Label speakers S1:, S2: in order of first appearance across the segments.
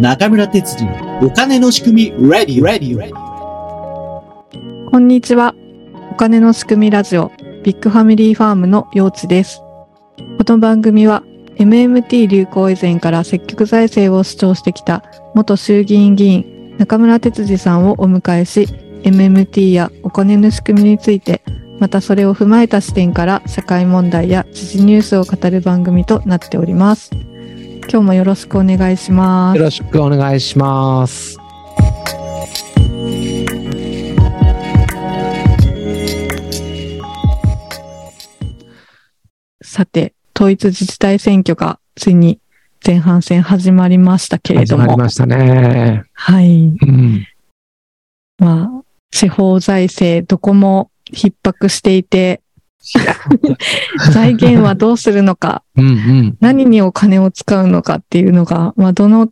S1: 中村哲次のお金の仕組み Ready Ready
S2: こんにちは。お金の仕組みラジオ、ビッグファミリーファームのようちです。この番組は、MMT 流行以前から積極財政を主張してきた元衆議院議員中村哲司さんをお迎えし、MMT やお金の仕組みについて、またそれを踏まえた視点から社会問題や時事ニュースを語る番組となっております。今日もよろしくお願いします
S3: よ。ろしくお願いします。
S2: さて、統一自治体選挙がついに前半戦始まりましたけれ
S3: 始
S2: ど
S3: まり
S2: も、
S3: ましたね。
S2: はい。
S3: うん。
S2: まあ、地方財政どこも逼迫していて、財源はどうするのか、
S3: うんうん。
S2: 何にお金を使うのかっていうのが、まあ、どの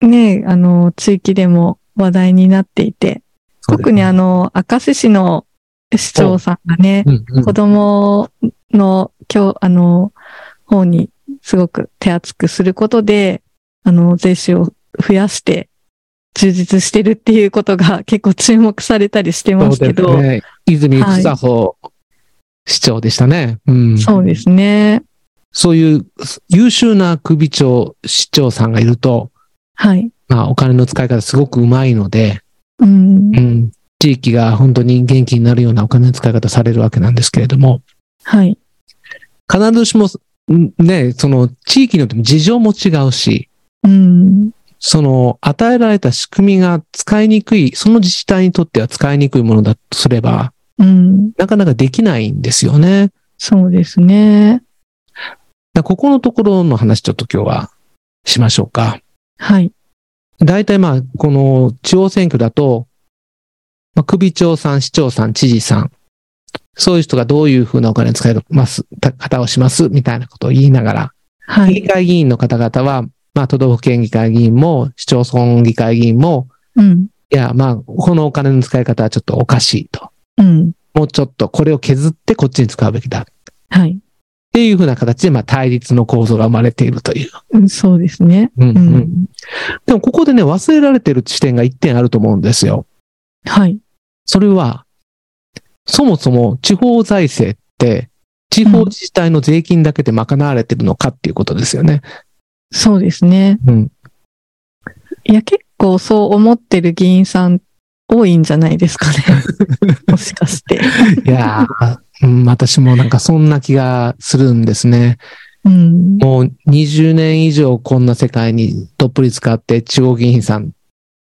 S2: ね、あの、地域でも話題になっていて、特にあ
S3: の、
S2: の、明石市の市長さんがね、
S3: うんうん
S2: 子供の今日、あの、方にすごく手厚くすることで、あの、税収を増やして充実してるっていうことが結構注目されたりしてますけど、
S3: そ
S2: そうう,、
S3: ですね、泉房穂市長でしたね。うん。
S2: ですね。
S3: そういう優秀な首長、市長さんがいると、
S2: はい。
S3: まあ、お金の使い方すごくうまいので、
S2: うん
S3: う。ん。地域が本当に元気になるようなお金の使い方されるわけなんですけれども、
S2: はい。
S3: 必ずしも、うんね、その地域によっても事情も違うし、
S2: うん。
S3: その与えられた仕組みが使いにくい、その自治体にとっては使いにくいものだとすれば、
S2: うん。
S3: なかなかできないんですよね。
S2: そうですね。
S3: だここのところの話ちょっと今日はしましょうか。
S2: はい。
S3: 大体まあ、この地方選挙だと、まあ、首長さん、市長さん、知事さん、そういう人がどういうふうなお金を使います、た方をします、みたいなことを言いながら、
S2: は
S3: 議
S2: い。
S3: 会議員の方々は、まあ、都道府県議会議員も、市町村議会議員も、
S2: うん。
S3: いや、まあ、このお金の使い方はちょっとおかしいと。
S2: うん。
S3: もうちょっとこれを削ってこっちに使うべきだ。っ
S2: はい。
S3: ていうふうな形で、まあ、対立の構造が生まれているという。
S2: うんそうですね。
S3: うん
S2: う
S3: うん
S2: ん。
S3: でも、ここでね、忘れられてる視点が一点あると思うんですよ。
S2: はい。
S3: それは、そもそも地方財政って、地方自治体の税金だけで賄われてるのかっていうことですよね。
S2: そうですね。
S3: うん。
S2: いや、結構そう思ってる議員さん多いんじゃないですか ね。もしかして。
S3: いやー、うん、私もなんかそんな気がするんですね。
S2: うん。
S3: もう20年以上こんな世界にどっぷり使って地方議員さん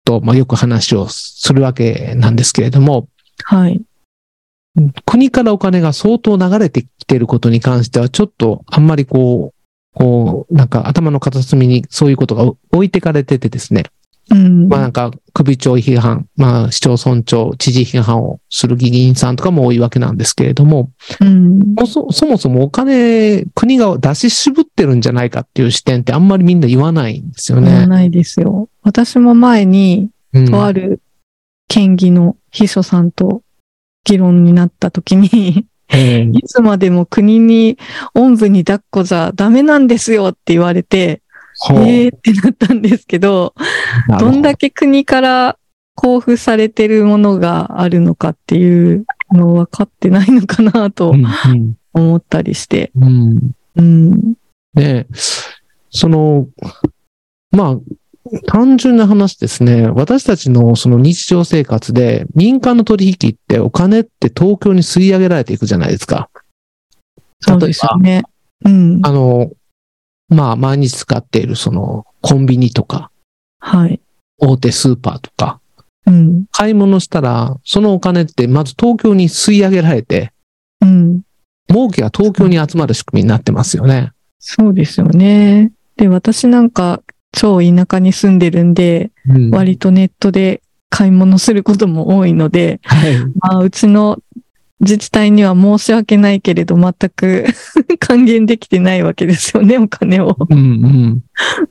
S3: と、まあ、よく話をするわけなんですけれども、
S2: はい。
S3: 国からお金が相当流れてきていることに関しては、ちょっとあんまりこう、こう、なんか頭の片隅にそういうことが置いてかれててですね。
S2: うん。
S3: まあなんか首長批判、まあ市町村長、知事批判をする議員さんとかも多いわけなんですけれども、
S2: うん。
S3: もうそそもそもお金、国が出し渋ってるんじゃないかっていう視点ってあんまりみんな言わないんですよ
S2: 言わ
S3: ね。
S2: ないですよ。私も前に、
S3: うん
S2: とある県議の秘書さんと議論になった時に、
S3: ええ
S2: いつまでも国に、おんぶに抱っこじゃダメなんですよって言われて、
S3: ほう
S2: えーってなったんですけど、
S3: なる
S2: ど
S3: ほ
S2: んだけ国から交付されてるものがあるのかっていうのを分かってないのかなと
S3: うん
S2: 思ったりして。
S3: うんうん
S2: うん。
S3: ねその、まあ、単純な話ですね。私たちのその日常生活で民間の取引ってお金って東京に吸い上げられていくじゃないですか。
S2: そうですよね。うん。
S3: あの、まあ、毎日使っているそのコンビニとか
S2: はい。
S3: 大手スーパーとか、
S2: うん。
S3: 買い物したら、そのお金ってまず東京に吸い上げられて、
S2: うん。
S3: 儲けが東京に集まる仕組みになってますよね。
S2: そうですよね。で、私なんか超田舎に住んでるんで、
S3: うん
S2: 割とネットで買い物することも多いので、
S3: はい。
S2: まあ、うちの自治体には申し訳ないけれど、全く 還元できてないわけですよね、お金を。
S3: うん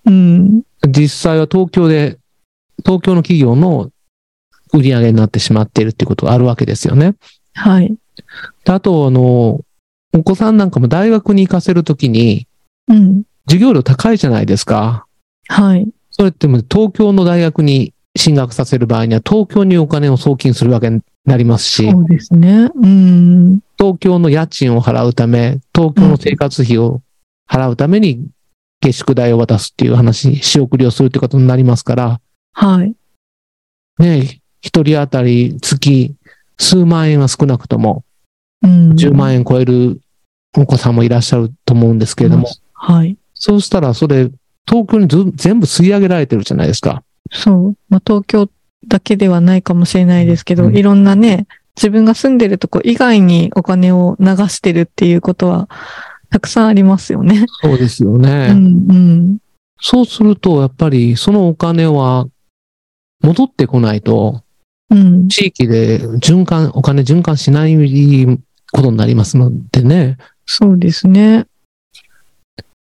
S3: うん。
S2: うん。
S3: 実際は東京で、東京の企業の売り上げになってしまっているっていうことがあるわけですよね。
S2: はい。
S3: であと、あの、お子さんなんかも大学に行かせるときに、
S2: うん。
S3: 授業料高いじゃないですか。
S2: はい。
S3: それってもう東京の大学に進学させる場合には東京にお金を送金するわけになりますし、
S2: そうですね。うん。
S3: 東京の家賃を払うため、東京の生活費を払うために下宿代を渡すっていう話、仕送りをするってことになりますから、
S2: はい。
S3: ねえ、一人当たり月数万円は少なくとも、
S2: うん。
S3: 10万
S2: 円
S3: 円超えるお子さんもいらっしゃると思うんですけれども、
S2: はい。
S3: そうしたらそれ、東京にず全部吸い上げられてるじゃないですか。
S2: そう。まあ、東京だけではないかもしれないですけど、
S3: うん
S2: いろんなね、自分が住んでるとこ以外にお金を流してるっていうことは、たくさんありますよね。
S3: そうですよね
S2: うん、うん。
S3: そうすると、やっぱりそのお金は戻ってこないと、
S2: うん。
S3: 地域で循環、お金循環しないことになりますのでね。
S2: そうですね。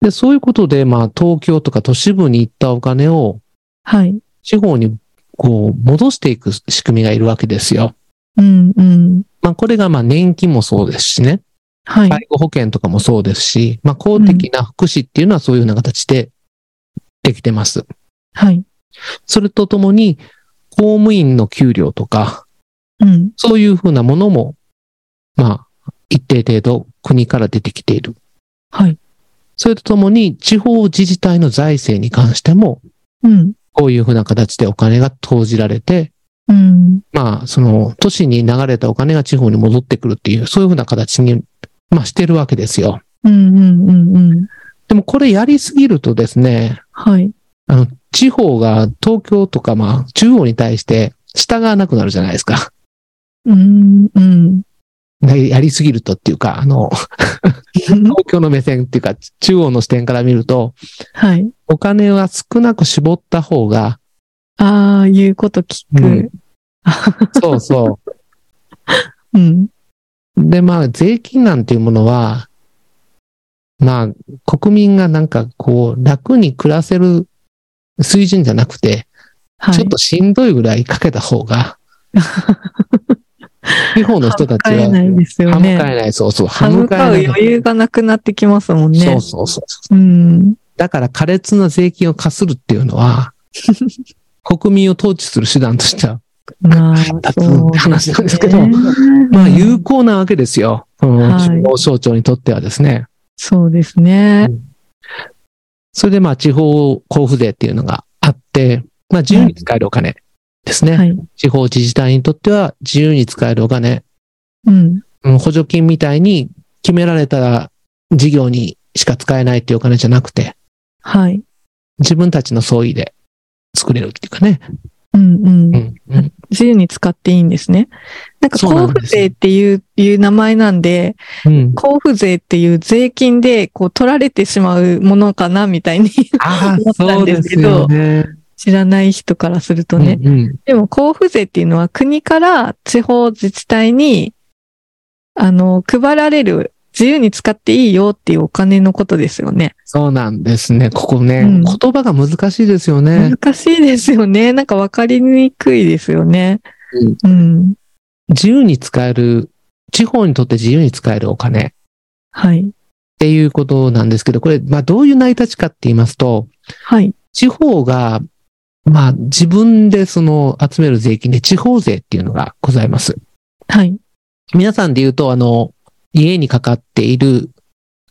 S3: で、そういうことで、まあ、東京とか都市部に行ったお金を
S2: はい。
S3: 地方にこう戻していく仕組みがいるわけですよ。
S2: うん、うん。
S3: まあ、これがまあ、年金もそうですしね。
S2: はい。
S3: 介護保険とかもそうですし、まあ、公的な福祉っていうのはそういうような形でできてます。
S2: はい。
S3: それとともに、公務員の給料とか、
S2: うん。
S3: そういうふうなものも、まあ、一定程度国から出てきている。
S2: はい。
S3: それとともに、地方自治体の財政に関しても、
S2: うん。
S3: こういうふうな形でお金が投じられて、
S2: うん。
S3: まあ、その、都市に流れたお金が地方に戻ってくるっていう、そういうふうな形に、まあ、してるわけですよ。
S2: うん、うん、うん、うん。
S3: でも、これやりすぎるとですね、
S2: はい。
S3: あの、地方が東京とか、まあ、中央に対して従わなくなるじゃないですか。
S2: うん、うん。
S3: やりやりすぎるとっていうか、あの、 東京の目線っていうか、中央の視点から見ると、
S2: はい。
S3: お金は少なく絞った方が、
S2: ああ、いうこと聞く。
S3: そうそ
S2: うん。
S3: う。で、まあ、税金なんていうものは、まあ、国民がなんかこう、楽に暮らせる水準じゃなくて、
S2: はい。
S3: ちょっとしんどいぐらいかけた方 が、地方の人たち
S2: 歯向かえ
S3: は、
S2: ないですよ
S3: 歯向
S2: ね。
S3: かえない、そうそう、
S2: 歯向かう
S3: 歯向
S2: 余裕がなくなってきますもんね。
S3: そうそうそう。
S2: うん。
S3: だから、苛烈な税金を課するっていうの は、国民を統治する手段としては
S2: まあ、そう
S3: 話なんですけどまあ、有効なわけですよ。うん
S2: はい
S3: 中央省庁にとってはですね。
S2: そうですね。
S3: それで、まあ、地方交付税っていうのがあって、まあ、自由に使えるお金ですね。
S2: はい。
S3: 地方自治体にとっては、自由に使えるお金、
S2: うん。
S3: うん補助金みたいに決められた事業にしか使えないっていうお金じゃなくて、
S2: はい。
S3: 自分たちの総意で作れるっていうかね。
S2: うんうん。
S3: うんうん
S2: 自由に使っていいんですね。なんか、
S3: そうなん
S2: 交
S3: で
S2: 付
S3: すよ
S2: 税っていう、いう名前なんで、
S3: うん
S2: 交付税っていう税金で、こう、取られてしまうものかな、みたいに
S3: あ
S2: 思
S3: あ、
S2: った
S3: そ
S2: ん
S3: う
S2: で
S3: ですす
S2: けど
S3: よね。
S2: 知らない人からするとね。
S3: うんうん
S2: でも交付税っていうのは国から地方自治体に、あの、配られる、自由に使っていいよっていうお金のことですよね。
S3: そうなんですね。ここね、
S2: うん
S3: 言葉が難しいですよね。
S2: 難しいですよね。なんかわかりにくいですよね。うん。
S3: 自由に使える、地方にとって自由に使えるお金っ
S2: はい。
S3: ていうことなんですけど、これ、まあどういう成り立ちかって言いますと、
S2: はい。
S3: 地方が、まあ自分でその集める税金で地方税っていうのがございます。
S2: はい。
S3: 皆さんで言うと、あの、家にかかっている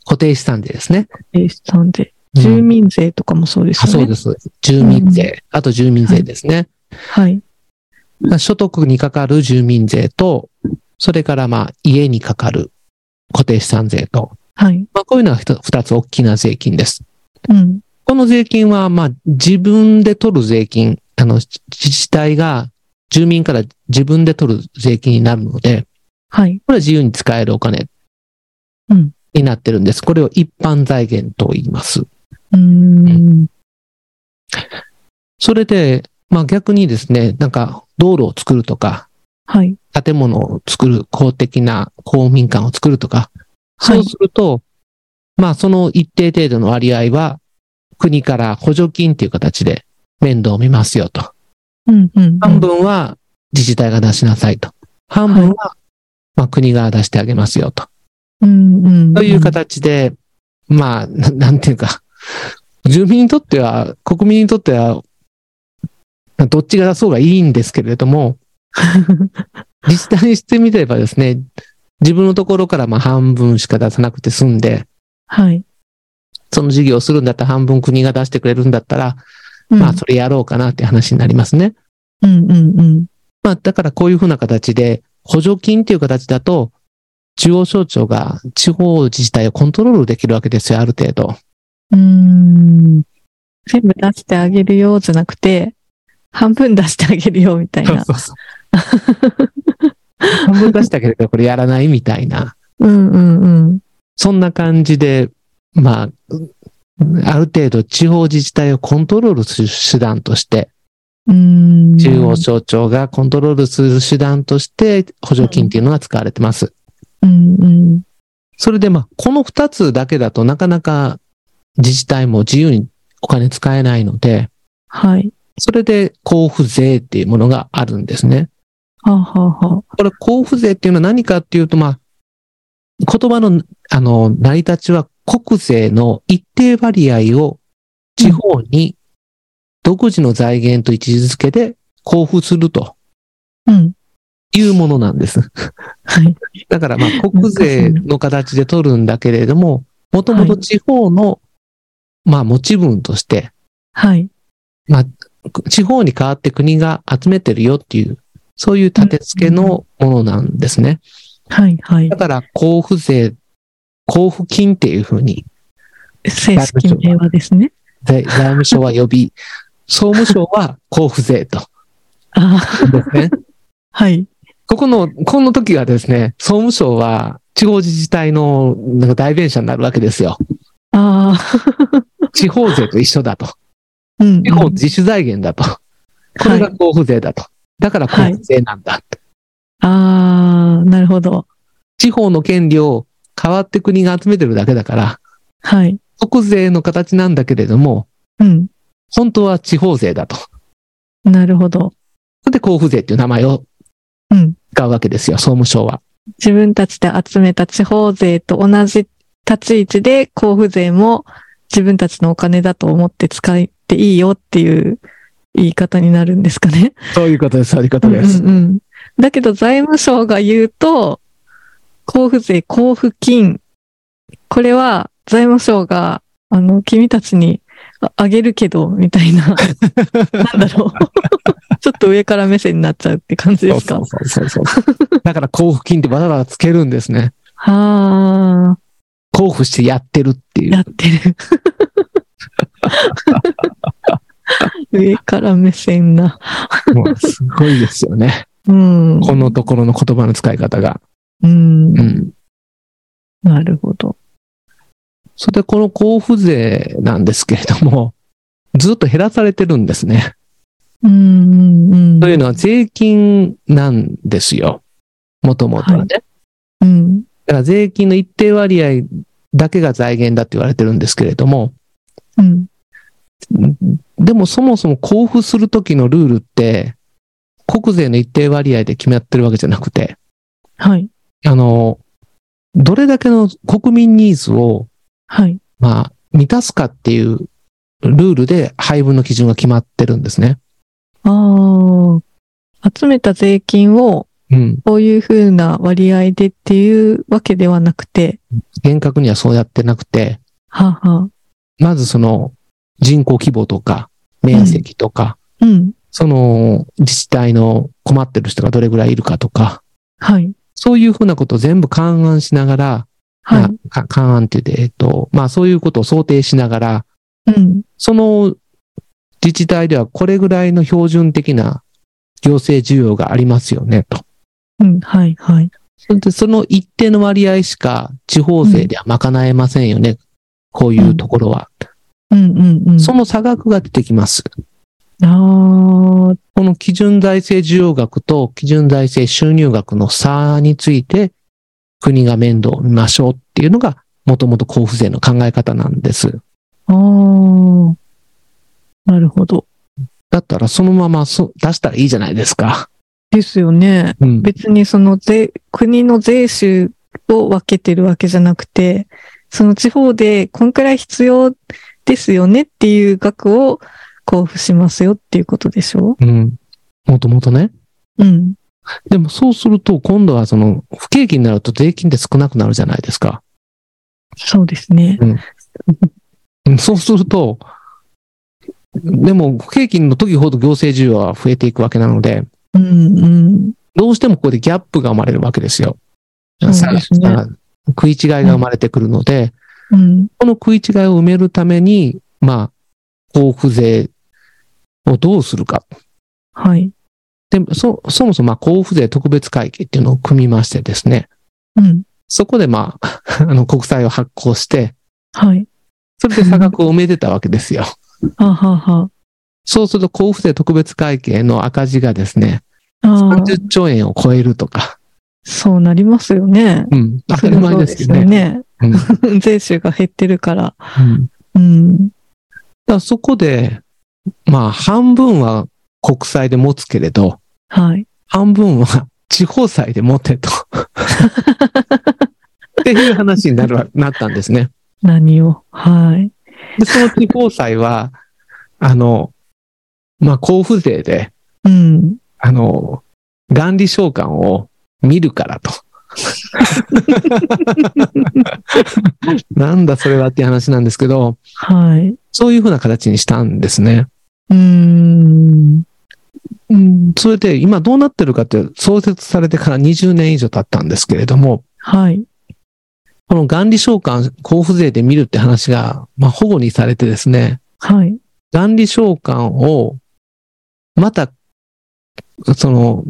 S3: 固定資産税ですね。
S2: えー、さんで。
S3: うん
S2: 住民税とかもそうです
S3: あ
S2: よね。
S3: そうです。住民税。あと住民税ですね。
S2: はい。
S3: まあ所得にかかる住民税と、それからまあ家にかかる固定資産税と、
S2: はい。
S3: まあこういうのが一つ二つ大きな税金です。
S2: うん。
S3: この税金は、まあ、自分で取る税金、あの、自自治体が住民から自分で取る税金になるので、
S2: はい。
S3: これは自由に使えるお金
S2: うん
S3: になってるんです。これを一般財源と言います。
S2: うーん。
S3: それで、まあ逆にですね、なんか道路を作るとか、
S2: はい。
S3: 建物を作る、公的な公民館を作るとか、
S2: はい
S3: そうすると、まあその一定程度の割合は国から補助金という形で面倒を見ますよと。
S2: うん。うん。うん
S3: 半。分は自治体が出しなさいと。半分は、まあ、国が出してあげますよと。
S2: うん。うん。
S3: という。形で、まあ、ななんていうか、住民にとっては、国民にとっては、どっちが出そうがいいんですけれど も、自治体にしてみればですね、自分のところからまあ半分しか出さなくて済んで、
S2: はい。
S3: その事業をするんだったら半分国が出してくれるんだったら、
S2: うん、
S3: まあそれやろうかなって話になりますね。
S2: うんうんうん。
S3: まあ、だからこういうふうな形で、補助金っていう形だと、中央省庁が地方自治体をコントロールできるわけですよ、ある程度。
S2: うーん。全部出してあげるよじゃなくて、半分出してあげるよみたいな。
S3: うそう。半分出したけれど、これやらないみたいな。
S2: うんうんうん。
S3: そんな感じで、まあ、ある程度地方自治体をコントロールする手段として、
S2: うーん。
S3: 中央省庁がコントロールする手段として補助金っていうのが使われてます。
S2: うんうん。
S3: それでまあ、この二つだけだとなかなか自治体も自由にお金使えないので、
S2: はい。
S3: それで交付税っていうものがあるんですね。
S2: はあ、はあは
S3: これ交付税っていうのは何かっていうと、まあ、言葉の、あの、成り立ちは国税の一定割合を地方に独自の財源と位置づけで交付すると
S2: あ、うん。
S3: いうものなんです。
S2: はい。
S3: だからまあ国税の形で取るんだけれども、もともと地方の、まあ持ち分として、
S2: はい。
S3: まあ地方に代わって国が集めてるよっていう、そういう立て付けのものなんですね。
S2: はい。はい
S3: だ。から交付税、交付金っていうふうに
S2: 正式名はですね。
S3: 財財務省は呼び、総務省は交付税と。
S2: あ
S3: ですね。
S2: あ、はい。
S3: ここの、この時はですね、総務省は地方自治体のなんか代弁者になるわけですよ。
S2: ああ、
S3: 地方税と一緒だと。
S2: うんうん。
S3: 地方自主財源だと。これが交付税だと。だから交付税なんだ。
S2: ああ、なるほど。
S3: 地方の権利を代わって国が集めてるだけだから、
S2: はい。
S3: 国税の形なんだけれども、
S2: うん。
S3: 本当は地方税だと。
S2: なるほど。
S3: で、交付税っていう名前を
S2: うん
S3: 使うわけですよ、総務省は。
S2: 自分たちで集めた地方税と同じ立ち位置で交付税も自分たちのお金だと思って使っていいよっていう言い方になるんですかね。
S3: そういうことです、そういうことです。
S2: うんうんうんだけど財務省が言うと、交付税、交付金。これは財務省が、あの、君たちにああげるけど、みたい な。なんだろう。ちょっと上から目線になっちゃうって感じですか。
S3: そうそうそうそう。 だから交付金ってわざわざつけるんですね。
S2: はあ、
S3: 交付してやってるっていう。
S2: やってる。上から目線な。
S3: もうすごいですよね。
S2: うん。
S3: このところの言葉の使い方が。
S2: うん
S3: う。ん。
S2: なるほど。
S3: それでこの交付税なんですけれども、 ずっと減らされてるんですね。
S2: うん、うん、うん。
S3: というのは税金なんですよ。もともとはね。だ
S2: うん。
S3: から税金の一定割合だけが財源だって言われてるんですけれども、
S2: うん。
S3: でもそもそも交付するときのルールって、国税の一定割合で決まってるわけじゃなくて、
S2: はい。
S3: あの、どれだけの国民ニーズを、
S2: はい。
S3: まあ、満たすかっていうルールで配分の基準が決まってるんですね。
S2: ああ。集めた税金を、
S3: うん。
S2: こういう風な割合でっていうわけではなくて、
S3: 厳格にはそうやってなくて、
S2: はあ、はあ。
S3: まずその人口規模とか、面積とか、
S2: うん。
S3: その自治体の困ってる人がどれぐらいいるかとか、
S2: はい。
S3: そういうふうなことを全部勘案しながら、
S2: は
S3: まあか勘案って言って、えっと、まあそういうことを想定しながら、
S2: い。うん。
S3: その自治体ではこれぐらいの標準的な行政需要がありますよね、と。
S2: うん。はい。はい。
S3: それでその一定の割合しか地方税では賄えませんよね、こういうところは。
S2: うん、うん、うん。
S3: その差額が出てきます。
S2: ああ。
S3: この基準財政需要額と基準財政収入額の差について、国が面倒を見ましょうっていうのが、もともと交付税の考え方なんです。
S2: ああ。なるほど。
S3: だったらそのままそ出したらいいじゃないですか。
S2: ですよね。
S3: うん。
S2: 別にその税、国の税収を分けてるわけじゃなくて、その地方でこんくらい必要ですよねっていう額を交付しますよっていうことでしょ
S3: うん。もともとね。
S2: ううん。
S3: でもそうすると、今度はその、不景気になると税金って少なくなるじゃないですか。
S2: そうですね。
S3: うんそうすると、でも、不景気の時ほど行政需要は増えていくわけなので、
S2: うんうん。
S3: どうしてもここでギャップが生まれるわけですよ。
S2: そうですね
S3: 差が食い違いが生まれてくるので、
S2: うん。
S3: この食い違いを埋めるために、まあ、交付税をどうするか。
S2: はい。
S3: で、そ、そもそも、まあ、交付税特別会計っていうのを組みましてですね、
S2: うん。
S3: そこで、まあ、 あの、国債を発行して、
S2: はい。
S3: それで差額を埋めてたわけですよ。
S2: はあ、はあは
S3: そうすると、交付税特別会計の赤字がですね、
S2: あ、ああ
S3: 30兆円を超えるとか、
S2: そうなりますよね。
S3: うん、当たり前ですよね。
S2: そうですよ
S3: う
S2: ね。 税収が減ってるから。
S3: うん
S2: うん。
S3: だからそこで、まあ、半分は国債で持つけれど、
S2: はい。
S3: 半分は地方債で持てと。っていう話になるわ、なったんですね。
S2: 何を。はい。
S3: で、その地方債は、あの、まあ、交付税で、
S2: うん。
S3: あの、元利償還を見るからと。なんだそれはっていう話なんですけど、
S2: はい。
S3: そういうふうな形にしたんですね。
S2: うーん。
S3: うん、それで今どうなってるかって創設されてから20年以上経ったんですけれども、
S2: はい。
S3: この元利償還交付税で見るって話が、まあ、保護にされてですね、
S2: はい。
S3: 元利償還をまた、その、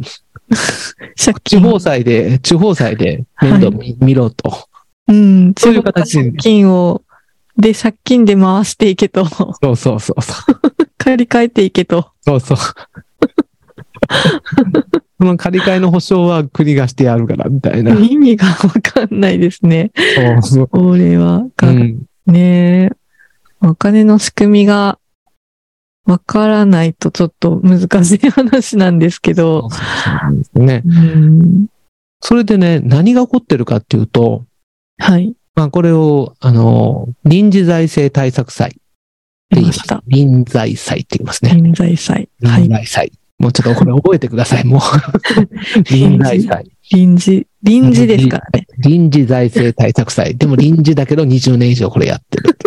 S2: 借
S3: 地
S2: 金。
S3: 方債で、地方債で面倒見,、ろと。
S2: うん。
S3: そういう形
S2: 借金を、で、借金で回していけと。
S3: そうそうそうそう。
S2: 借り換えていけと。
S3: そうそう。その借り換えの保証は国がしてやるから、みたいな。
S2: 意味がわかんないですね。
S3: そうそう。
S2: これは。
S3: うん。
S2: ねえ。お金の仕組みがわからないとちょっと難しい話なんですけ
S3: そうそ
S2: ど。
S3: うそうですね。
S2: うん
S3: それでね、何が起こってるかっていうと、
S2: はい。
S3: まあこれを、あの、臨時財政対策債って言
S2: 出
S3: い
S2: ま
S3: ます
S2: した。。
S3: 臨財債って言いますね。
S2: 人材祭。は
S3: 臨
S2: い。
S3: 財債。もうちょっとこれ覚えてください、もう。臨財債。
S2: 臨時、臨時ですからね。
S3: 臨時財政対策債。でも臨時だけど20年以上これやってる。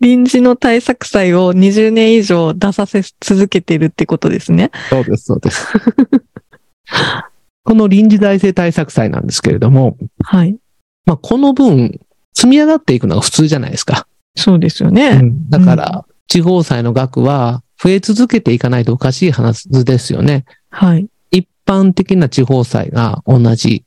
S2: 臨時の対策祭を20年以上出させ続けてるってことですね。
S3: そうです、そうです。この臨時財政対策債なんですけれども、
S2: はい。
S3: まあこの分、積み上がっていくのが普通じゃないですか。
S2: そうですよね。
S3: だから、地方債の額は増え続けていかないとおかしい話ですよね。
S2: はい。
S3: 一般的な地方債が同じ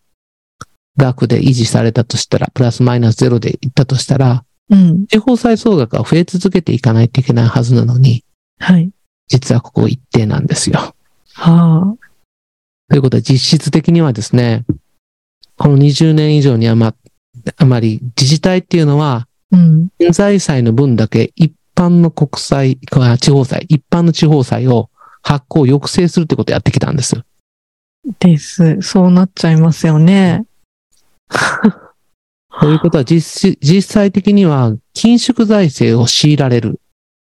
S3: 額で維持されたとしたら、プラスマイナスゼロでいったとしたら、
S2: うん。
S3: 地方債総額は増え続けていかないといけないはずなのに、
S2: はい。
S3: 実はここ一定なんですよ。
S2: は
S3: ということは実質的にはですね、この20年以上にあまあまり自治体っていうのは、
S2: あ。うん。
S3: 財債の分だけ一般の国債、あ地方債、一般の地方債を発行抑制するってことをやってきたんです。
S2: です。そうなっちゃいますよね。
S3: ということは実施、実際的には、緊縮財政を強いられる。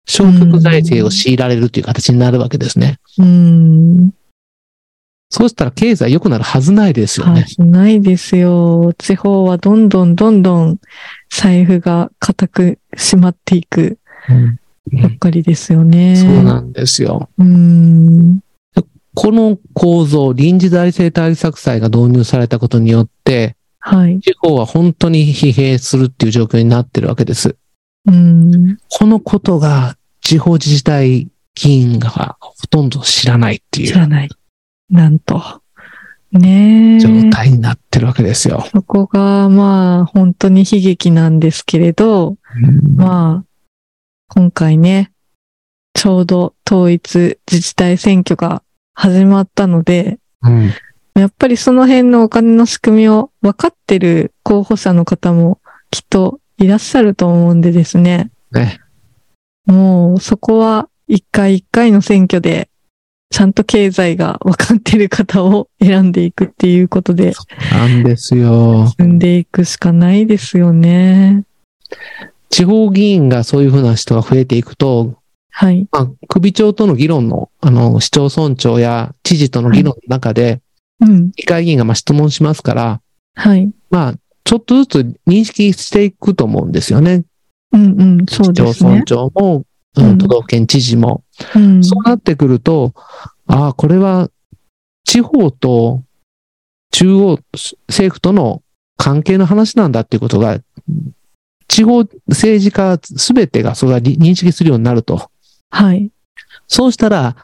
S3: 消極財政を強いられるという形になるわけですね。
S2: うん。
S3: そうしたら経済良くなるはずないですよ
S2: は
S3: ね。
S2: い、ないですよ。地方はどんどんどんどん財布が固く締まっていく
S3: うん
S2: ばっかりですよね。
S3: そうなんですよ。
S2: うーん。
S3: この構造、臨時財政対策債が導入されたことによって、
S2: はい。
S3: 地方は本当に疲弊するっていう状況になってるわけです。
S2: うーん。
S3: このことが地方自治体議員がほとんど知らないってい
S2: 知
S3: う
S2: らない。なんと。ねえ。
S3: 状態になってるわけですよ。
S2: そこが、まあ、本当に悲劇なんですけれど、まあ、今回ね、ちょうど統一自治体選挙が始まったので、
S3: うん
S2: やっぱりその辺のお金の仕組みを分かってる候補者の方もきっといらっしゃると思うんでですね。
S3: ね
S2: もうそこは一回一回の選挙でちゃんと経済が分かってる方を選んでいくっていうことで
S3: なんですよ。
S2: 進んでいくしかないですよね。
S3: 地方議員がそういうふうな人が増えていくと、
S2: はい。
S3: まあ、首長との議論の、あの、市町村長や知事との議論の中で、
S2: うん。
S3: 議会議員がまあ質問しますから、
S2: はい。
S3: まあ、ちょっとずつ認識していくと思うんですよね。
S2: うんうん。そう
S3: 市町
S2: です
S3: 村
S2: ね。
S3: 長も、う
S2: うん
S3: ん、都道府県知事も。
S2: うん。
S3: そうなってくると、ああ、これは地方と中央政府との関係の話なんだっていうことが、地方政治家すべてがそれが認識するようになると。
S2: はい。
S3: そうしたら、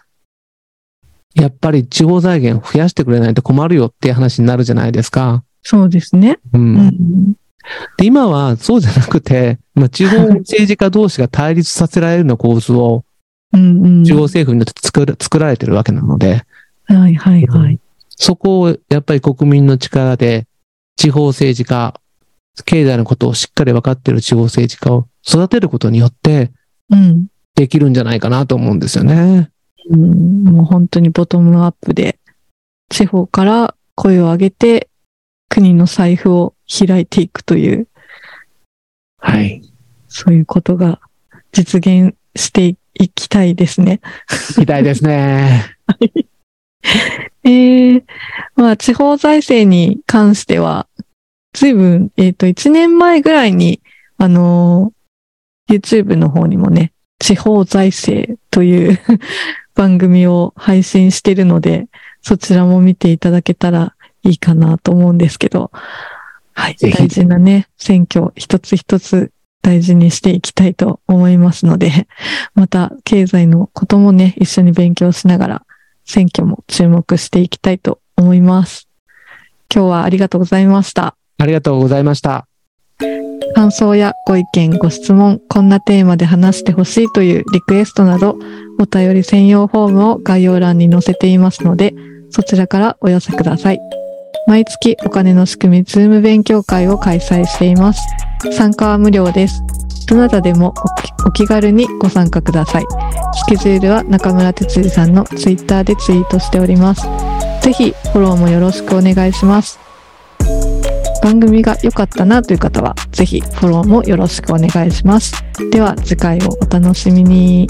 S3: やっぱり地方財源を増やしてくれないと困るよっていう話になるじゃないですか。
S2: そうですね。
S3: うん
S2: うん。
S3: で今はそうじゃなくて、まあ、地方政治家同士が対立させられるような構図を
S2: うんうん。
S3: 中央政府によって作る作られてるわけなので、
S2: はいはいはい。
S3: そこをやっぱり国民の力で、地方政治家、経済のことをしっかり分かっている地方政治家を育てることによって、
S2: うん。
S3: できるんじゃないかなと思うんですよね。
S2: うん、もう本当にボトムアップで、地方から声を上げて、国の財布を開いていくという、
S3: はい。
S2: そういうことが実現していきたいですね。
S3: 期待ですね。
S2: ええまあ、地方財政に関しては、随分、えっ、と、1年前ぐらいに、あのー YouTube の方にもね、地方財政という 番組を配信してるので、そちらも見ていただけたらいいかなと思うんですけど、はい、
S3: ぜひ
S2: 大事なね、選挙一つ一つ大事にしていきたいと思いますので、また経済のこともね、一緒に勉強しながら選挙も注目していきたいと思います。今日はありがとうございました。
S3: ありがとうございました。
S2: 感想やご意見、ご質問、こんなテーマで話してほしいというリクエストなど、お便り専用フォームを概要欄に載せていますので、そちらからお寄せください。毎月お金の仕組み、ズーム勉強会を開催しています。参加は無料です。どなたでもお気お気軽にご参加ください。スケジュールは中村哲司さんのツイッターでツイートしております。ぜひフォローもよろしくお願いします。番組が良かったなという方は、ぜひフォローもよろしくお願いします。では次回をお楽しみに。